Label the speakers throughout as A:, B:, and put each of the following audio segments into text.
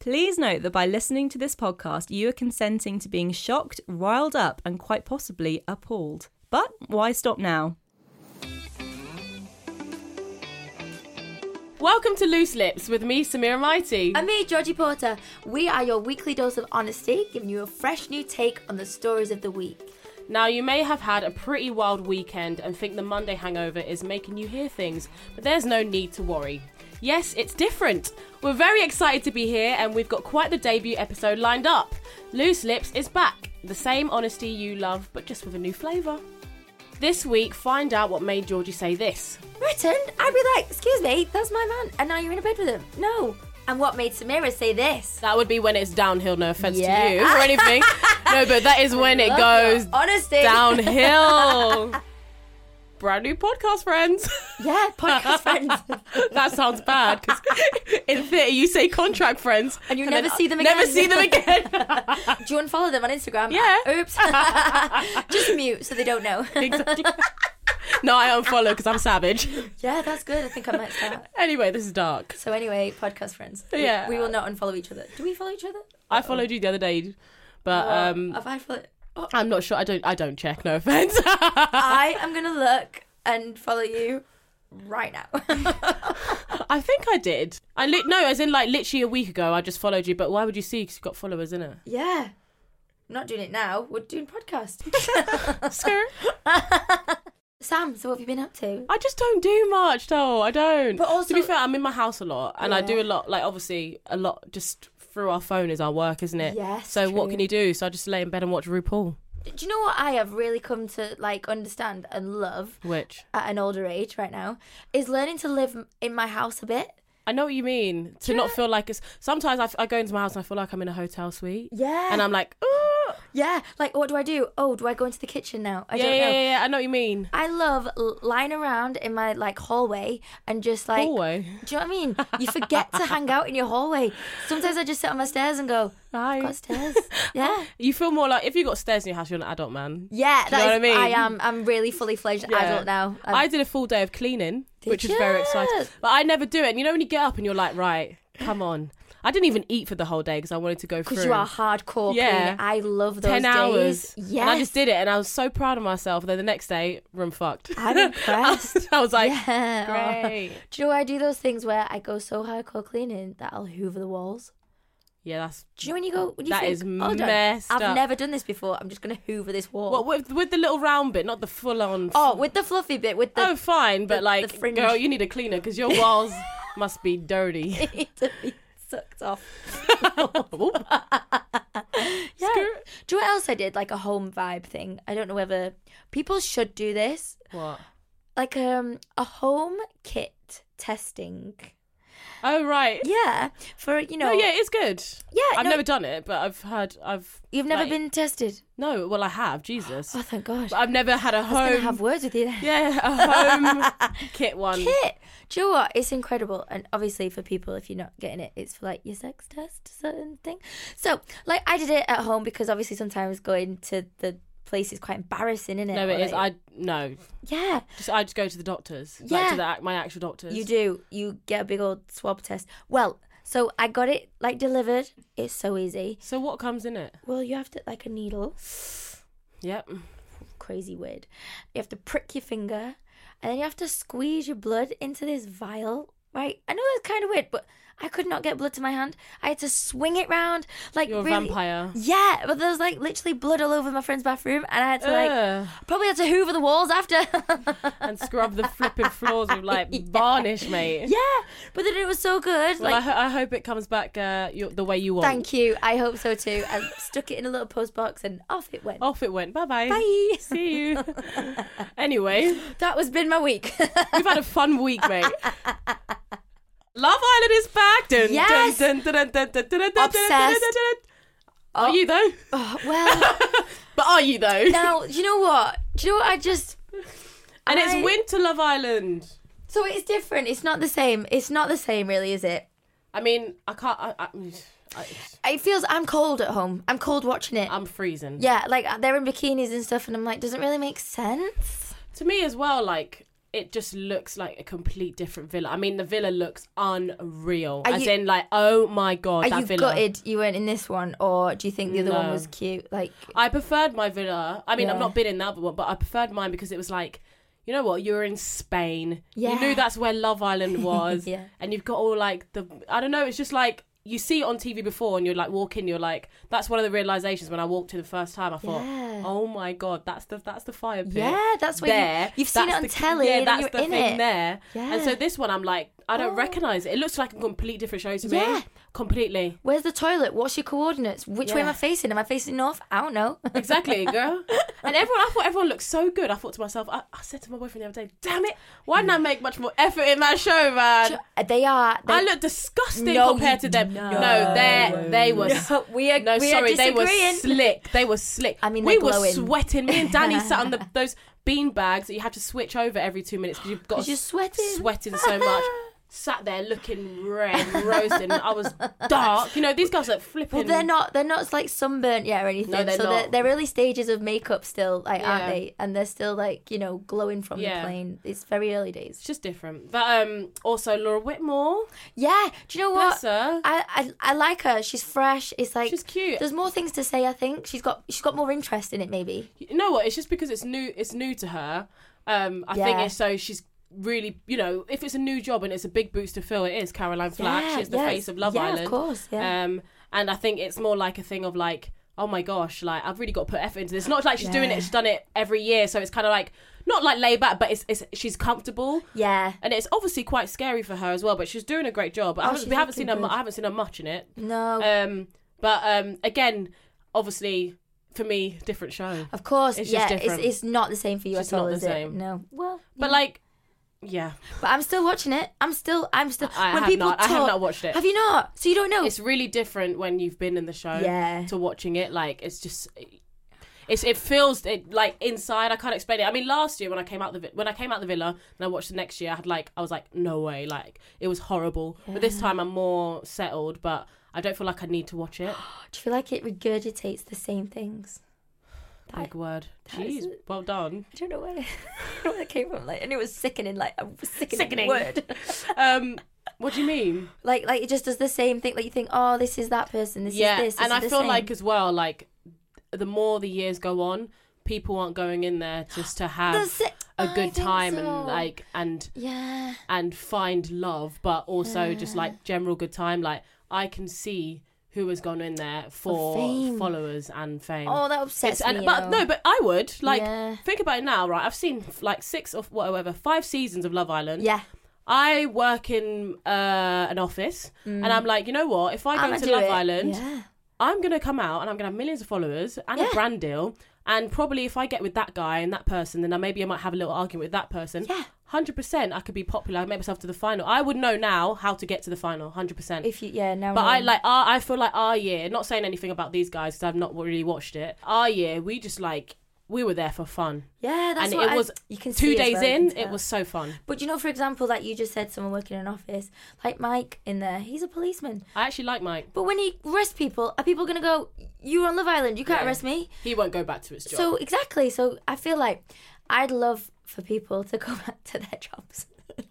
A: Please note that by listening to this podcast, you are consenting to being shocked, riled up, and quite possibly appalled. But why stop now?
B: Welcome to Loose Lips with me, Samira Mighty.
C: And me, Georgie Porter. We are your weekly dose of honesty, giving you a fresh new take on the stories of the week.
B: Now, you may have had a pretty wild weekend and think the Monday hangover is making you hear things, but there's no need to worry. Yes, it's different. We're very excited to be here and we've got quite the debut episode lined up. Loose Lips is back, the same honesty you love, but just with a new flavour. This week, find out what made Georgie say this.
C: Written, I'd be like, excuse me, that's my man, and now you're in a bed with him. No. And what made Samira say this?
B: That would be when it's downhill, no offence
C: Yeah.
B: to you or anything. no, but that is when it
C: Love
B: goes
C: your honesty.
B: downhill. Brand new podcast, friends.
C: yeah, podcast friends.
B: that sounds bad because in theatre you say contract friends
C: And you
B: then
C: never see them
B: Never
C: again.
B: see them again.
C: Do you want to follow them on Instagram?
B: Yeah.
C: Oops. Just mute so they don't know.
B: exactly. No, I unfollow because I'm savage.
C: yeah, that's good. I think I might start.
B: Anyway, this is dark.
C: So anyway, podcast friends. We-
B: Yeah.
C: We, will not unfollow each other. Do we follow each other?
B: I followed you the other day, but um,
C: Have I followed? Oh,
B: I'm not sure. I don't. I don't check. No offense.
C: I am gonna look and follow you right now.
B: I think I did. I li- no, as in like literally a week ago. I just followed you, but why would you see? Because you've got followers in it.
C: yeah. I'm not doing it now. We're doing podcast. Sam, so what have you been up to?
B: I just don't do much though. I don't.
C: But also-
B: to be fair, I'm in my house a lot, and I do
C: Yeah.
B: a lot. Like obviously, a lot just through our phone is our work, isn't it?
C: Yes,
B: So what
C: true.
B: can you do? So I just lay in bed and watch RuPaul,
C: Do you know what I have really come to like understand and love
B: which
C: at an older age right now is learning to live in my house a bit.
B: I know what you mean. To not feel like it's. Sometimes I, f- I go into my house and I feel like I'm in a hotel suite.
C: Yeah.
B: And I'm like, oh,
C: Yeah, like what do I do? Oh, do I go into the kitchen now? I
B: yeah,
C: don't
B: yeah,
C: know.
B: yeah, yeah. I know what you mean.
C: I love l- lying around in my like hallway and just like
B: Hallway?
C: Do you know what I mean? You forget to hang out in your hallway. Sometimes I just sit on my stairs and go,
B: Right.
C: I've got stairs. Yeah.
B: You feel more like if you got stairs in your house, you're an adult man.
C: Yeah,
B: Oh. Do you know what I
C: that is,
B: mean?
C: I am. I'm really fully fledged
B: Yeah.
C: adult now. Um, I'm-
B: I did a full day of cleaning,
C: Did
B: which is very
C: ya?
B: exciting. But I never do it. And you know when you get up and you're like, right, come on. I didn't even eat for the whole day because I wanted to go through.
C: Because you are hardcore
B: Yeah.
C: yeah. I love those
B: Ten
C: days.
B: hours.
C: Yes.
B: And I just did it, and I was so proud of myself. Then the next day, room fucked.
C: I'm impressed.
B: I was like,
C: Yeah. Oh.
B: great.
C: Do you know I do those things where I go so hardcore cleaning that I'll hoover the walls?
B: Yeah, that's.
C: Do you know when you go when you
B: That
C: think,
B: is
C: Hold on,
B: messed
C: I've
B: up.
C: never done this before. I'm just gonna hoover this wall.
B: Well, with with the little round bit, not the full on.
C: oh, with the fluffy bit, with the
B: oh, fine, but
C: the-
B: like,
C: the fringe.
B: girl, you need a cleaner because your walls must be dirty. Oh,
C: to be sucked off.
B: Ooh.
C: Yeah. Do you know what else I did? Like a home vibe thing. I don't know whether people should do this.
B: what?
C: Like um a home kit testing.
B: Oh right.
C: Yeah. For you know
B: No, Oh, yeah, it's good.
C: Yeah,
B: I've
C: no-
B: never done it, but I've heard I've.
C: you've never
B: like-
C: been tested.
B: No, well, I have. Jesus,
C: Oh thank gosh.
B: but I've never had a
C: I was
B: home.
C: gonna have words with you there.
B: yeah, a home kit one.
C: Kit. Do you know what? It's incredible. And obviously for people if you're not getting it, it's for like your sex test certain thing. So like I did it at home because obviously sometimes going to the place is quite embarrassing, isn't it?
B: No,
C: Or,
B: it is.
C: like-
B: I no.
C: Yeah.
B: Just I just go to the doctors. Like,
C: Yeah.
B: to the, ac- my actual doctors.
C: You do. You get a big old swab test. Well, so I got it like delivered. It's so easy.
B: So what comes in it?
C: Well, you have to like a needle.
B: Yep.
C: Crazy weird. You have to prick your finger, and then you have to squeeze your blood into this vial Right? I know that's kind of weird, but I could not get blood to my hand. I had to swing it round. Like
B: You're a
C: really-
B: vampire.
C: Yeah, but there was like literally blood all over my friend's bathroom, and I had to like
B: Ugh.
C: probably had to hoover the walls after.
B: and scrub the flipping floors with like varnish, mate.
C: yeah, but then it was so good.
B: Well,
C: like
B: I, ho- I hope it comes back uh, your, the way you want.
C: Thank you. I hope so too. I stuck it in a little post box and off it went.
B: Off it went. Bye bye.
C: Bye.
B: See you. anyway,
C: That was been my week.
B: we've had a fun week, mate. Love Island is back. Dun, dun,
C: Yes.
B: dun, dun, dun, dun, dun, dun, dun, dun, dun, dun, dun,
C: Obsessed.
B: dun. Are you though?
C: well,
B: But are you though?
C: now do you know what? Do you know what? I just
B: and
C: I-
B: it's Winter Love Island.
C: so it's different. It's not the same. It's not the same, really, is it?
B: I mean, I can't. I, I, I,
C: It feels I'm cold at home. I'm cold watching it.
B: I'm freezing.
C: yeah, like uh, they're in bikinis and stuff, and I'm like, doesn't really make sense.
B: to me as well like it just looks like a complete different villa i mean the villa looks unreal
C: Are
B: as
C: you-
B: in like oh my god
C: Are
B: that
C: you
B: villa
C: gutted you weren't in this one, or do you think the other one
B: No.
C: was cute? Like,
B: i preferred my villa i mean
C: Yeah.
B: i've not been in the other one but i preferred mine because it was like you know what you're in spain
C: Yeah.
B: you knew that's where love island was
C: Yeah.
B: and you've got all like the i don't know it's just like you see it on TV before, and you're like walking. You're like, that's one of the realizations when I walked in the first time. I thought,
C: Yeah.
B: oh my god, that's the that's the fire pit.
C: yeah, that's what you,
B: there.
C: you've seen it
B: That's
C: on
B: the-
C: telly,
B: Yeah,
C: and
B: that's
C: you're
B: the
C: in
B: thing
C: it.
B: there. And
C: Yeah.
B: so this one, I'm like, I don't
C: Oh.
B: recognize it. It looks like a complete different show to me.
C: Yeah.
B: Completely.
C: Where's the toilet? What's your coordinates? Which way am I
B: Yeah.
C: facing? Am I facing north? I don't know.
B: Exactly, girl. And everyone, I thought everyone looked so good. I thought to myself, I, I said to my boyfriend the other day, damn it, why didn't I make much more effort in that show, man?
C: they are. They,
B: I look disgusting
C: No,
B: compared
C: you
B: to them.
C: don't.
B: No, they they were.
C: No, we are-
B: no,
C: we are
B: sorry, they were
C: disagreeing.
B: slick. They were slick.
C: I mean,
B: we
C: they're
B: were
C: glowing.
B: sweating. Me and Danny sat on the, those bean bags that you had to switch over every two minutes because you've got
C: 'Cause you're sweating.
B: sweating so much. Sat there looking red, roasted. I was dark. You know, these guys are flipping.
C: Well, they're not. They're not like sunburnt yet or anything.
B: No, they're
C: so They're,
B: not.
C: they're early stages of makeup still, like, aren't
B: Yeah.
C: they? And they're still like you know glowing from
B: Yeah.
C: the plane. It's very early
B: It's
C: days.
B: just different. But um, also Laura Whitmore.
C: Yeah. Do you know what?
B: Bless her.
C: I, I I like her. She's fresh. It's like
B: She's cute.
C: There's more things to say. I think she's got she's got more interest in it. Maybe.
B: you know what? It's just because it's new. It's new to her. Um, I think
C: Yeah.
B: it's so she's really, you know, if it's a new job and it's a big boots to fill, it is Caroline Flack.
C: Yeah,
B: She's the
C: yes.
B: face of Love
C: Yeah, of
B: Island,
C: course, yeah.
B: Um, and I think it's more like a thing of like, oh my gosh, like I've really got to put effort into this. Not like she's doing it; she's done it every year, so it's kind of like not like lay back, but it's, it's she's comfortable.
C: Yeah.
B: And it's obviously quite scary for her as well, but she's doing a great job. I haven't,
C: Oh, she's
B: we haven't
C: looking
B: seen her. mu-
C: good.
B: I haven't seen her much in it.
C: No.
B: Um, but um, again, obviously for me, different show.
C: of course.
B: it's
C: yeah.
B: just
C: it's
B: different.
C: it's not the same for you
B: Just
C: at all,
B: not the
C: is it?
B: same.
C: No. Well.
B: But like, yeah,
C: But I'm still watching it. I'm still. I'm still.
B: I have not- I have not watched it.
C: Have you not? So you don't know.
B: it's really different when you've been in the show
C: Yeah.
B: to watching it. Like, it's just. It's, it feels it, like inside. I can't explain it. I mean, last year when I came out the vi- when I came out the villa and I watched the next year, I had like I was like, no way, like it was horrible. But this time I'm more settled. But I don't feel like I need to watch it.
C: Do you feel like it regurgitates the same things?
B: Big word.
C: that is
B: Jeez, well done.
C: I don't know where. I don't know where that came from. Like, and it was sickening. Like a sickening,
B: Sickening.
C: word.
B: Um, what do you mean?
C: Like, like it just does the same thing. Like you think, oh, this is that person. This
B: yeah,
C: is this. this
B: and I
C: is the
B: feel
C: same.
B: like as well, like the more the years go on, people aren't going in there just to have
C: That's it.
B: a
C: I think
B: good time
C: so.
B: and like and
C: yeah,
B: and find love, but also just like general good time. Like I can see who has gone in there for
C: fame.
B: followers and fame.
C: Oh, that upsets
B: It's- and-
C: me,
B: But
C: though.
B: no, but I would like
C: Yeah.
B: think about it now, right? I've seen like six or whatever, five seasons of Love Island.
C: yeah.
B: I work in uh, an office, and I'm like, you know what? If I go
C: Mm. I'ma
B: to
C: do
B: Love
C: it.
B: Island,
C: Yeah.
B: I'm gonna come out and I'm gonna have millions of followers and
C: Yeah.
B: a brand deal. And probably if I get with that guy and that person, then I, maybe I might have a little argument with that person.
C: Yeah.
B: Hundred percent, I could be popular. I make myself to the final. I would know now how to get to the final. Hundred percent.
C: If you, yeah, now.
B: But I
C: know.
B: like our, I feel like our year. Not saying anything about these guys because I've not really watched it. Our year, we just like we were there for fun.
C: Yeah, that's
B: and
C: what
B: it
C: I-
B: was
C: you can see
B: two
C: as
B: days
C: well, you
B: in.
C: can
B: It
C: tell.
B: was so fun.
C: But you know, for example, like you just said, someone working in an office, like Mike in there, he's a policeman.
B: I actually like Mike.
C: But when he arrests people, are people going to go, you were on Love Island, you can't arrest me?
B: He won't go back to his job.
C: So, exactly. So, I feel like I'd love for people to go back to their jobs.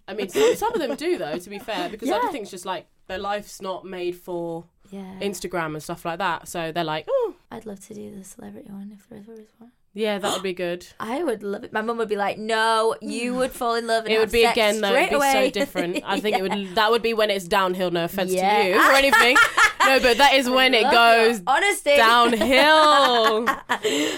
B: I mean, some, some of them do though. To be fair, because
C: Yeah.
B: everything's just like their life's not made for
C: Yeah.
B: Instagram and stuff like that. So they're like, oh,
C: I'd love to do the celebrity one if there ever is one.
B: Yeah, that would be good.
C: I would love it. My mum would be like, "No, you would fall in love." And
B: It would
C: have
B: be
C: sex
B: again though. It'd
C: Straight
B: be so
C: away.
B: different. I think it would. That would be when it's downhill. No offense
C: Yeah.
B: to you or anything. no, but that is when it
C: Love your
B: goes
C: honesty.
B: downhill.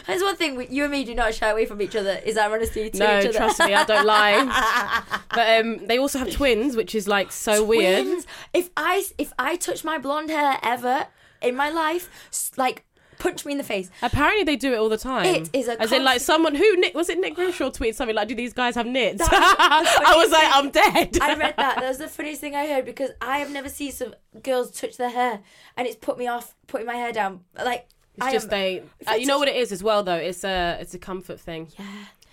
C: There's one thing we- you and me do not shy away from each other is our honesty to
B: no,
C: each other.
B: trust me, I don't lie. But um, they also have twins, which is like so weird.
C: Twins. If I if I touch my blonde hair ever in my life, s- like punch me in the face.
B: Apparently, they do it all the time.
C: It is a
B: as in like
C: constant-
B: someone who Nick was it Nick Grimshaw tweeted something like, "Do these guys have nits?"
C: That was- that's what
B: I was
C: he
B: like,
C: said.
B: "I'm dead."
C: I read that. That was the funniest thing I heard because I have never seen some girls touch their hair, and it's put me off putting my hair down. Like
B: It's
C: I
B: just
C: am,
B: they. Uh, you know what it is as well though. It's a it's a comfort thing. Yeah.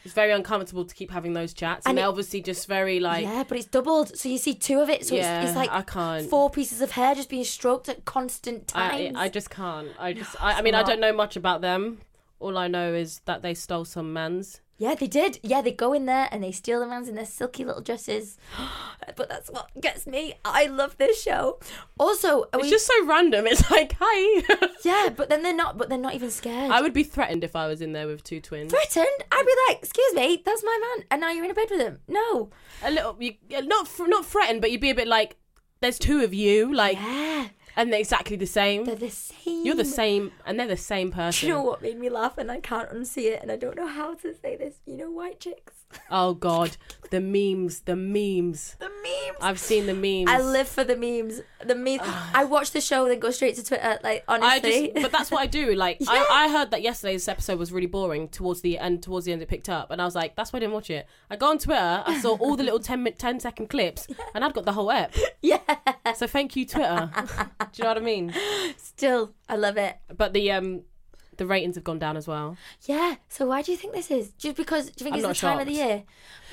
B: It's very uncomfortable to keep having those chats, and,
C: And it-
B: they're obviously just very like.
C: yeah, but it's doubled, so you see two of it. So
B: Yeah,
C: it's, it's like
B: I can't.
C: four pieces of hair just being stroked at constant
B: I,
C: times.
B: I just can't. I just. I, I mean, I don't know much about them. All I know is that they stole some man's.
C: yeah, they did. Yeah, they go in there and they steal the man's in their silky little dresses. but that's what gets me. I love this show. Also, are
B: It's
C: we-
B: just so random. It's like, hi.
C: yeah, but then they're not. But they're not even scared.
B: I would be threatened if I was in there with two twins.
C: threatened. I'd be like, "Excuse me, that's my man," and now you're in a bed with him. No.
B: A little, you, yeah, not fr- not threatened, but you'd be a bit like, there's two of you, like,
C: Yeah,
B: and they're exactly the same.
C: they're the same.
B: You're the same, and they're the same
C: Do
B: person.
C: you know what made me laugh? And I can't unsee it, and I don't know how to say this. You know, white chicks,
B: Oh God, the memes, the memes.
C: the memes.
B: I've seen the memes.
C: I live for the memes. The meme. I watch the show, then go straight to Twitter. Like
B: I
C: honestly,
B: just, but that's what I do. Like,
C: Yeah.
B: I, I heard that yesterday's episode was really boring towards the end. Towards the end, it picked up, and I was like, that's why I didn't watch it. I go on Twitter, I saw all the little 10, min- 10 second clips, and I'd got the whole app. Yeah. So thank you, Twitter. do you know what I mean?
C: still, I love it.
B: But the um, the ratings have gone down as well.
C: Yeah. So why do you think this is? Just because? Do you think
B: I'm
C: it's the
B: not
C: time of the
B: shocked.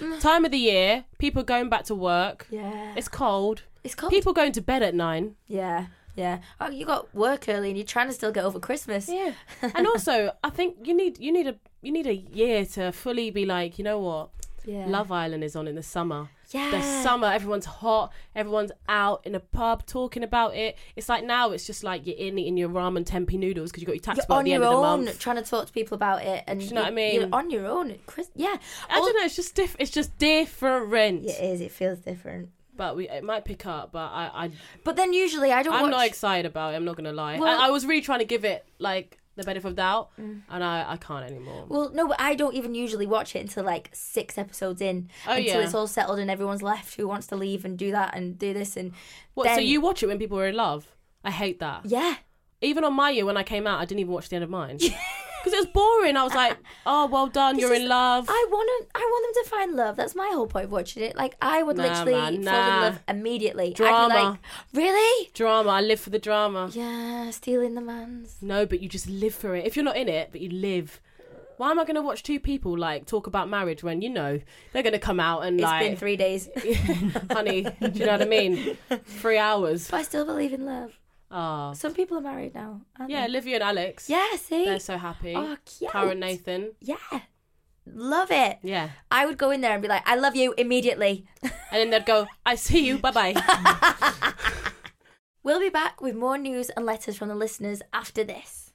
C: year?
B: Time of the year, people going back to work.
C: Yeah.
B: It's cold.
C: It's cold.
B: People going to bed at nine.
C: Yeah. Yeah. Oh, you got work early, and you're trying to still get over Christmas.
B: Yeah. and also, I think you need you need a you need a year to fully be like, you know what?
C: Yeah.
B: Love Island is on in the summer. The
C: Yeah.
B: summer, everyone's hot, everyone's out in a pub talking about it. It's like now, it's just like you're in eating your ramen tempeh noodles because you got your tax
C: You're
B: bill at
C: on
B: the end
C: your
B: of the
C: own,
B: month.
C: trying to talk to people about it, and
B: Do you know what I mean?
C: You're on your own. Chris, yeah.
B: I don't know. It's just diff- It's just different.
C: It is. It feels different.
B: But we, it might pick up. But I, I
C: But then usually I don't
B: I'm
C: watch.
B: not excited about it. I'm not gonna lie.
C: Well- Mm.
B: I, I was really trying to give it like the benefit of doubt, and I, I can't anymore.
C: well, no, but I don't even usually watch it until like six episodes in,
B: Oh,
C: until
B: yeah.
C: it's all settled and everyone's left who wants to leave and do that and do this and.
B: what? so
C: then-
B: you watch it when people are in love? I hate that.
C: Yeah.
B: Even on my year when I came out, I didn't even watch the end of mine because it was boring. I was like, oh, well done, you're
C: This
B: in
C: is-
B: love.
C: I want to. I want them to find love. That's my whole point of watching it. Like I would
B: Nah,
C: literally
B: man,
C: fall
B: nah.
C: in love immediately. I'd be
B: Drama.
C: like, really?
B: Drama. I live for the drama.
C: Yeah, stealing the man's.
B: No, but you just live for it. If you're not in it, but you live. Why am I going to watch two people like talk about marriage when you know they're going to come out and
C: It's
B: like,
C: been three days,
B: honey, do you know what I mean? Three hours.
C: but I still believe in love.
B: Ah,
C: Some people are married now. Aren't
B: yeah,
C: They?
B: Olivia and Alex.
C: Yeah. See.
B: They're so happy.
C: Oh, cute.
B: Cara and Nathan.
C: Yeah. Love it.
B: Yeah.
C: I would go in there and be like, I love you immediately.
B: And then they'd go, I see you, bye bye.
C: We'll be back with more news and letters from the listeners after this.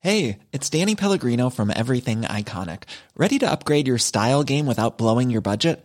D: Hey, it's Danny Pellegrino from Everything Iconic. Ready to upgrade your style game without blowing your budget?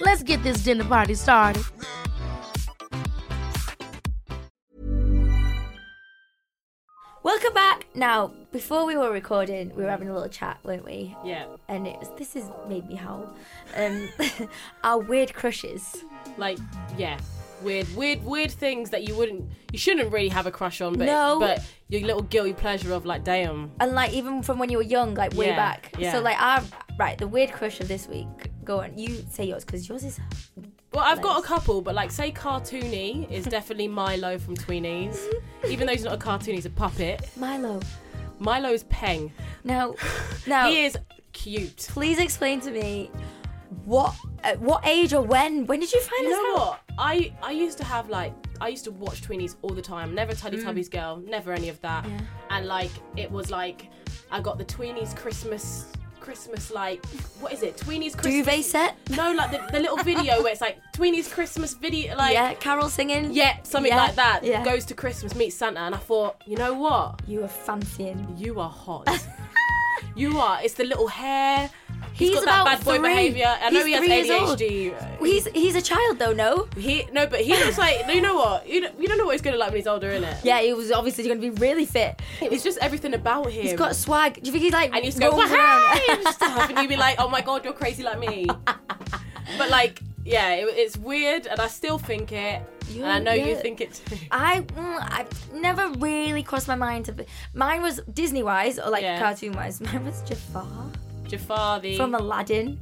E: Let's get this dinner party started.
C: Welcome back. Now, before we were recording, we were having a little chat, weren't we?
B: Yeah.
C: And it was this has made me howl. Um, our weird crushes.
B: Like, yeah. Weird, weird, weird things that you wouldn't, you shouldn't really have a crush on, but
C: No.
B: but your little guilty pleasure of like, damn,
C: And like even from when you were young, like way
B: Yeah,
C: back.
B: yeah.
C: So like our right, the weird crush of this week. Go on, you say yours because yours is
B: Well, I've got a couple, but like, say cartoony is definitely Milo from Tweenies. Even though he's not a cartoon, he's a puppet.
C: Milo.
B: Milo's Peng.
C: Now, now,
B: He is cute.
C: please explain to me what at what age or when when did you find
B: You
C: this out?
B: know what? I I used to have like I used to watch Tweenies all the time. Never
C: Mm.
B: Teletubbies girl. Never any of that. And like it was like I got the Tweenies Christmas Christmas like what is it? Tweenies Christmas
C: Duvet set?
B: No, like the, the little video where it's like Tweenies Christmas video. Like
C: yeah, Carol singing.
B: yeah, something
C: Yeah,
B: like that.
C: Yeah.
B: Goes to Christmas, meets Santa, and I thought, you know what?
C: You were fancying.
B: You are hot. you are. It's the little hair. he's got
C: about
B: that bad boy
C: three.
B: behaviour. I know
C: He's three years
B: he has
C: old.
B: ADHD.
C: He's he's a child though, no?
B: He no, but he looks like you know what you don't, you don't know what he's gonna like when he's older, innit?
C: Yeah, he was obviously going to be really fit.
B: It's just everything about him.
C: He's got swag. Do you think he's like?
B: and you just go
C: rolls
B: "Wahey!"
C: around?
B: and stuff, and you'd be like, oh my god, you're crazy like me. but like, yeah, it, it's weird, and I still think it,
C: You-
B: and I know you
C: yeah.
B: think it too.
C: I mm, I never really crossed my mind to. Be, mine was Disney wise or like
B: Yeah.
C: cartoon wise. Mine was Jafar
B: Jafar the
C: from Aladdin,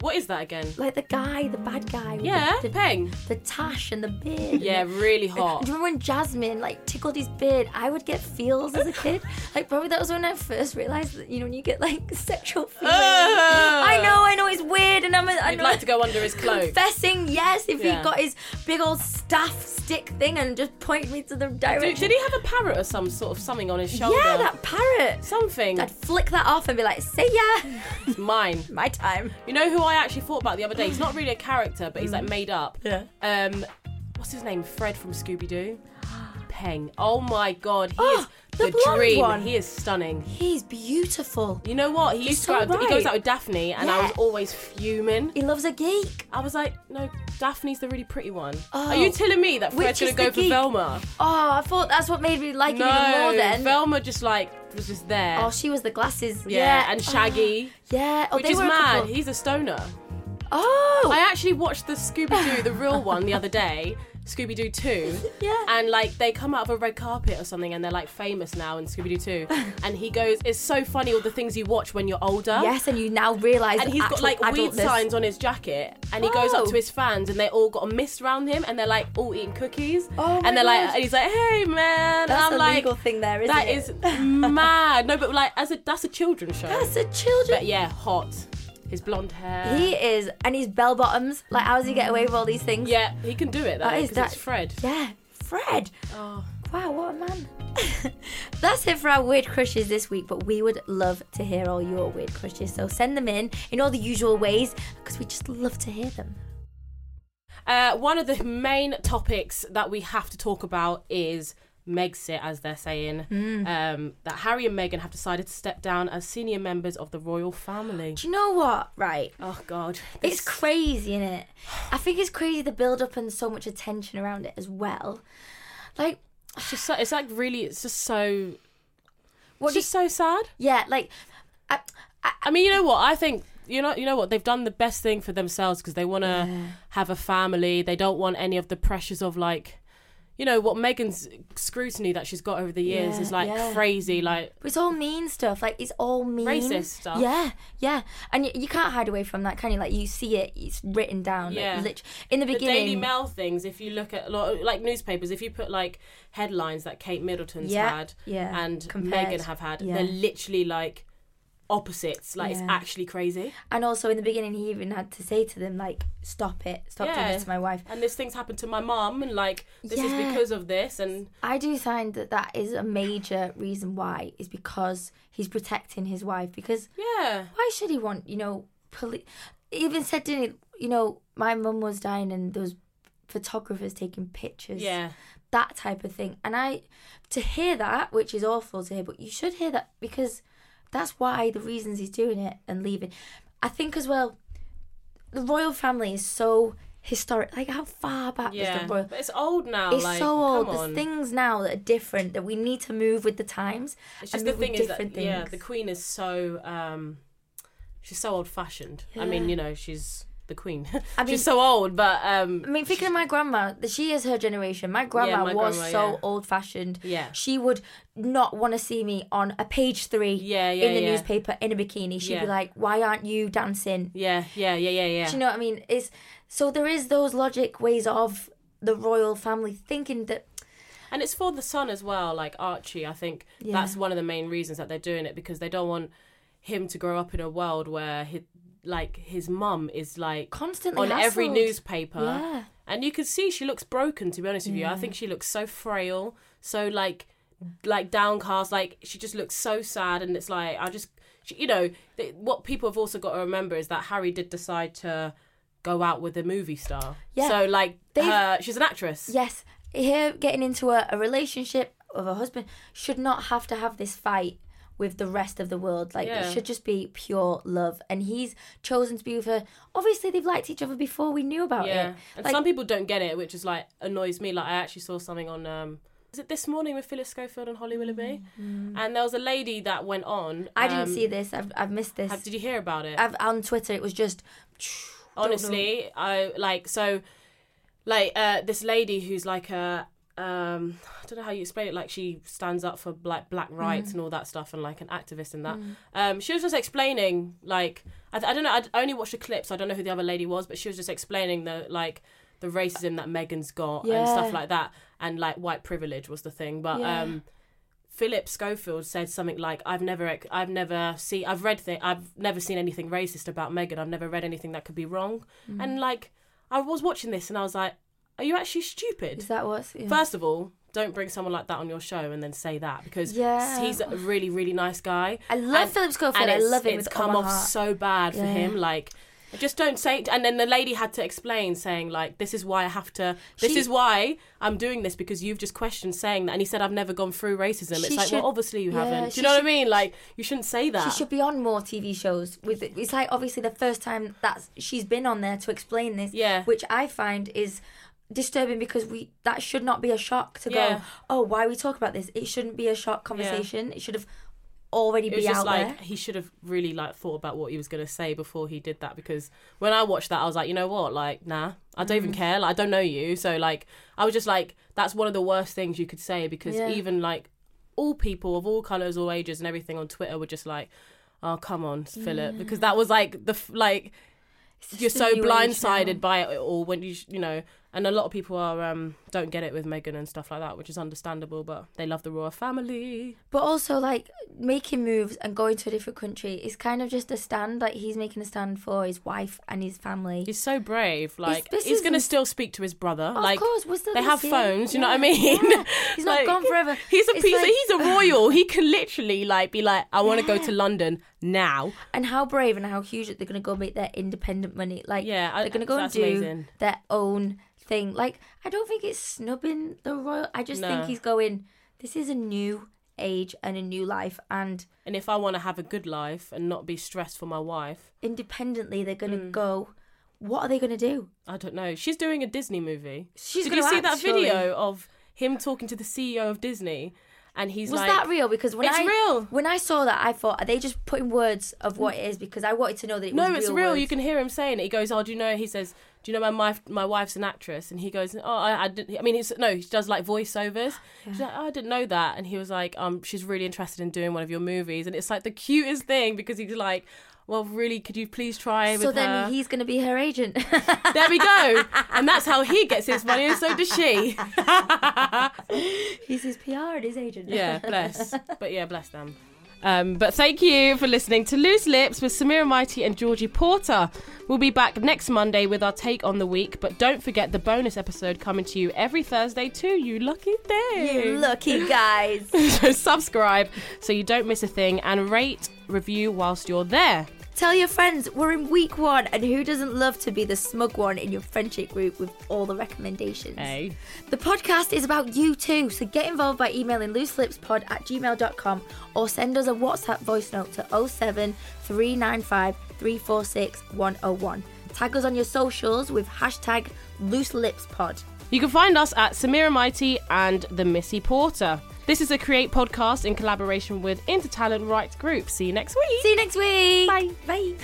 B: what is that again?
C: like the guy, the bad guy. with the-
B: Yeah,
C: the,
B: Peng.
C: the tash and the beard.
B: Yeah, really hot.
C: Do you remember when Jasmine like tickled his beard? I would get feels as a kid. Like probably that was when I first realized that you know when you get like sexual feelings. I know, I know it's weird, and I'm. A, I
B: You'd
C: know,
B: like to go under his cloak.
C: Confessing, yes, if
B: Yeah.
C: he got his big old staff stick thing and just pointed me to the direction.
B: Did, did he have a parrot or some sort of something on his shoulder?
C: Yeah, that parrot.
B: something.
C: I'd flick that off and be like, "See ya,
B: It's mine.
C: my time."
B: You know who I actually thought about the other day? He's not really a character, but he's like made up.
C: Mm. Yeah.
B: Um, what's his name? Fred from Scooby Doo. Peng. Oh my God, he
C: Oh,
B: is
C: the
B: the,
C: blonde
B: dream.
C: one.
B: He is stunning.
C: He's beautiful.
B: You know what? He used to
C: so
B: go out, he goes
C: right.
B: out with Daphne, and I
C: Yeah.
B: was always fuming.
C: He loves a geek.
B: I was like, no, Daphne's the really pretty one.
C: Oh.
B: Are you telling me that Fred's
C: Which
B: gonna
C: is the
B: go for
C: geek?
B: Velma?
C: Oh, I thought that's what made me like him even
B: no,
C: more. Then.
B: Velma just like was just there.
C: Oh, she was the glasses.
B: yeah, and Shaggy,
C: Yeah. Oh,
B: which
C: they
B: is
C: were a
B: mad.
C: couple.
B: He's a stoner.
C: Oh.
B: I actually watched the Scooby Doo, the real one, the other day, Scooby Doo 2.
C: Yeah.
B: And like they come out of a red carpet or something and they're like famous now in Scooby Doo 2. And he goes, It's so funny all the things you watch when you're older.
C: yes, and you now realise.
B: And he's got
C: actual
B: like weed
C: adultness.
B: signs on his jacket, and he goes up
C: Oh.
B: to his fans, and they all got a mist around him, and they're like all eating cookies,
C: Oh my
B: and they're like,
C: God.
B: and he's like, "Hey man,"
C: That's
B: and I'm
C: a
B: like,
C: legal thing there, isn't
B: that
C: it?
B: is mad. No, but like as a that's a children's show.
C: That's a children.
B: but yeah, hot. His blonde hair.
C: He is, and he's bell bottoms. Like, how does he get away with all these things?
B: Yeah, he can do it though.
C: That is
B: 'cause
C: that.
B: it's Fred.
C: Yeah, Fred.
B: Oh.
C: Wow, what a man. That's it for our weird crushes this week, but we would love to hear all your weird crushes. So send them in in all the usual ways because we just love to hear them.
B: Uh, one of the main topics that we have to talk about is Megxit, as they're saying,
C: Mm.
B: um, that Harry and Meghan have decided to step down as senior members of the royal family.
C: Do you know what? Right.
B: Oh God,
C: It's
B: This-
C: crazy, is it? I think it's crazy the build up and so much attention around it as well. Like,
B: it's just so, it's like really, it's just so,
C: what
B: it's
C: do you,
B: just so sad.
C: Yeah, like, I, I,
B: I mean, you know what? I think you know, you know what? They've done the best thing for themselves because they want to have a family. They don't want any of the pressures of like, you know, what Meghan's scrutiny that she's got over the years
C: Yeah,
B: is like
C: yeah.
B: crazy. Like,
C: But it's all mean stuff. Like it's all mean.
B: Racist stuff.
C: Yeah, yeah. And you, you can't hide away from that, can you? Like you see it. It's written down. like,
B: Yeah.
C: lit- in the
B: the
C: beginning.
B: Daily Mail things, if you look at lo- like newspapers, if you put like headlines that Kate Middleton's
C: Yeah,
B: had
C: yeah,
B: and
C: compared,
B: Meghan have had,
C: yeah.
B: they're literally like opposites. Like it's
C: Yeah.
B: actually crazy.
C: And also in the beginning, he even had to say to them like, "Stop it! Stop doing this to my wife."
B: And this thing's happened to my mum, and like this
C: Yeah.
B: is because of this, and
C: I do find that that is a major reason why is because he's protecting his wife because
B: yeah,
C: why should he want you know poli- he even said didn't he you know, my mum was dying and there was photographers taking pictures.
B: Yeah.
C: That type of thing. And I to hear that, which is awful to hear, but you should hear that because that's why the reasons he's doing it and leaving. I think as well, the royal family is so historic. Like how far back was
B: Yeah.
C: the royal
B: But it's old now.
C: it's
B: like,
C: so old.
B: Come
C: There's
B: on.
C: things now that are different that we need to move with the times.
B: It's
C: and
B: just the
C: move with
B: thing is that
C: different
B: yeah,
C: things.
B: the Queen is so um, she's so old fashioned. I mean,
C: Yeah.
B: you know, she's the Queen.
C: I mean-
B: she's so old, but um,
C: I mean, thinking of my grandma, th- she is her generation. My grandma
B: my
C: was
B: grandma,
C: so
B: yeah.
C: old fashioned.
B: Yeah.
C: She would not want to see me on a page three
B: Yeah, yeah,
C: in the
B: yeah.
C: newspaper in a bikini. She'd
B: Yeah.
C: be like, why aren't you dancing?
B: yeah, yeah, yeah, yeah, yeah.
C: Do you know what I mean? It's, so there is those logic ways of the royal family thinking that
B: And it's for the son as well, like Archie. I think
C: Yeah.
B: that's one of the main reasons that they're doing it because they don't want him to grow up in a world where he, like his mum is like
C: Constantly
B: on every
C: hassled.
B: newspaper.
C: Yeah.
B: And you can see she looks broken to be honest with you. I think
C: Mm.
B: she looks so frail, so like like downcast, like she just looks so sad and it's like I just she, you know, th- what people have also got to remember is that Harry did decide to go out with a movie star.
C: Yeah.
B: So like
C: They've-
B: her, she's an actress.
C: Yes, her getting into a, a relationship with her husband should not have to have this fight with the rest of the world. Like
B: Yeah.
C: it should just be pure love, and he's chosen to be with her. Obviously, they've liked each other before we knew about
B: yeah.
C: it.
B: And
C: Like,
B: some people don't get it, which is like annoys me. Like I actually saw something on um was it this morning with Phyllis Schofield and Holly Willoughby? And there was a lady that went on.
C: Mm. I didn't
B: um,
C: see this. I've I've missed this.
B: have- did you hear about it?
C: I've on Twitter. It was just don't know.
B: honestly i like so like uh this lady who's like a um i don't know how you explain it like she stands up for like black
C: Mm.
B: rights and all that stuff and like an activist and that um she was just explaining like i, I don't know i I only watched a clip so i don't know who the other lady was but she was just explaining the like the racism that megan's got and
C: Yeah.
B: stuff like that and like white privilege was the thing but
C: Yeah.
B: um Philip Schofield said something like, "I've never, ex- I've never seen, I've read, thi- I've never seen anything racist about Megan. I've never read anything that could be wrong."
C: Mm.
B: And like, I was watching this and I was like, "Are you actually stupid?"
C: is that what's yeah.
B: First of all, don't bring someone like that on your show and then say that because
C: Yeah.
B: he's a really, really nice guy.
C: I love
B: And-
C: Philip Schofield.
B: and
C: I
B: it's-
C: love him
B: It's
C: with all
B: come
C: my
B: off
C: heart.
B: so bad for
C: Yeah.
B: him, like. Just don't say it. And then the lady had to explain, saying, like, this is why I have to, this
C: She-
B: is why I'm doing this because you've just questioned saying that. And he said, I've never gone through racism. It's
C: She
B: like,
C: should-
B: well, obviously you
C: yeah,
B: haven't. Do
C: she
B: you know what I
C: should-
B: mean? Like, you shouldn't say that.
C: She should be on more TV shows. With it's like obviously the first time that she's been on there to explain this.
B: Yeah.
C: Which I find is disturbing because we that should not be a shock to
B: Yeah.
C: go. Oh, why we talk about this? It shouldn't be a shock conversation. It should have already
B: it
C: be
B: was just
C: out
B: like
C: there.
B: he should have really like thought about what he was going to say before he did that because when i watched that i was like you know what like nah i don't
C: Mm.
B: even care like, i don't know you so like i was just like that's one of the worst things you could say because
C: Yeah.
B: even like all people of all colors all ages and everything on twitter were just like oh come on philip because that was like the f- like
C: It's just
B: you're
C: the
B: so
C: new age
B: blindsided
C: now.
B: by it all when you sh- you know and a lot of people are um don't get it with megan and stuff like that which is understandable but they love the royal family
C: But also like making moves and going to a different country is kind of just a stand. Like he's making a stand for his wife and his family.
B: He's so brave. Like
C: this
B: he's
C: is
B: gonna
C: ins-
B: still speak to his brother.
C: Of
B: like
C: course, we're still
B: they
C: gonna
B: have
C: see him.
B: phones. You know what I
C: Yeah,
B: mean?
C: yeah. He's not gone forever.
B: He's a
C: It's
B: piece.
C: like-
B: he's a royal. He can literally like be like, I want to go to London now.
C: and how brave and how huge that they're going to go make their independent money. Like,
B: Yeah, I-
C: they're going to go and
B: that's
C: do
B: amazing.
C: their own thing. Like, I don't think it's snubbing the royal. I just
B: No.
C: think he's going. This is a new age and a new life, and
B: And if I want to have a good life and not be stressed for my wife,
C: independently they're going to
B: Hmm.
C: go. What are they going to do?
B: I don't know. She's doing a Disney movie.
C: She's
B: Did you
C: gonna
B: see
C: act,
B: that
C: surely.
B: video of him talking to the CEO of Disney? And he's
C: was
B: like,
C: that real? Because when
B: it's
C: I
B: real.
C: when I saw that, I thought are they just putting words of what it is? Because I wanted to know that it was
B: no, it's real.
C: words.
B: You can hear him saying it. He goes, "Oh, do you know?" He says, "Do you know my wife? My wife's an actress." And he goes, "Oh, I, I didn't." I mean, he's no, she does like voiceovers. She's like, "Oh, I didn't know that." And he was like, "Um, she's really interested in doing one of your movies." And it's like the cutest thing because he's like, "Well, really, could you please try?"
C: So
B: with
C: then
B: her?
C: he's going to be her agent.
B: there we go, and that's how he gets his money, and so does she.
C: he's his PR and his agent.
B: Yeah, bless. But yeah, bless them. Um, but thank you for listening to Loose Lips with Samira Mighty and Georgie Porter. We'll be back next Monday with our take on the week, but don't forget the bonus episode coming to you every Thursday too. You lucky thing.
C: you lucky guys.
B: so subscribe so you don't miss a thing and rate, review whilst you're there.
C: Tell your friends we're in week one, and who doesn't love to be the smug one in your friendship group with all the recommendations?
B: Hey.
C: The podcast is about you too, so get involved by emailing looselipspod at gmail.com or send us a WhatsApp voice note to 07 395 346 101. Tag us on your socials with hashtag looselipspod.
B: You can find us at Samira Mighty and The Missy Porter. This is a Create podcast in collaboration with Intertalent Rights Group. See you next week.
C: See you next week.
B: Bye.
C: Bye.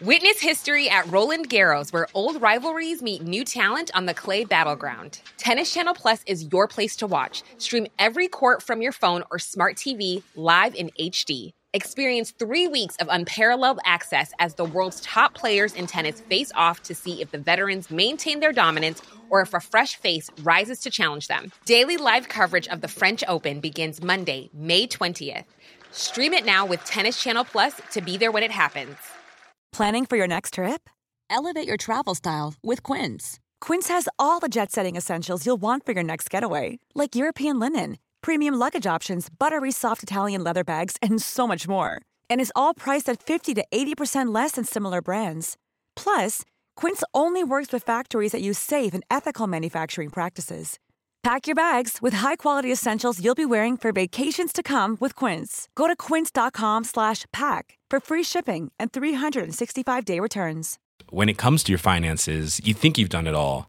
F: Witness history at Roland Garros, where old rivalries meet new talent on the clay battleground. Tennis Channel Plus is your place to watch. Stream every court from your phone or smart TV live in HD. Experience three weeks of unparalleled access as the world's top players in tennis face off to see if the veterans maintain their dominance or if a fresh face rises to challenge them. Daily live coverage of the French Open begins Monday, May 20th. Stream it now with Tennis Channel Plus to be there when it happens.
G: Planning for your next trip? Elevate your travel style with Quince. Quince has all the jet setting essentials you'll want for your next getaway, like European linen, premium luggage options, buttery soft Italian leather bags, and so much more. And is all priced at 50 to 80% less than similar brands. Plus, Quince only works with factories that use safe and ethical manufacturing practices. Pack your bags with high-quality essentials you'll be wearing for vacations to come with Quince. Go to quince.com slash pack for free shipping and 365-day returns.
H: When it comes to your finances, you think you've done it all.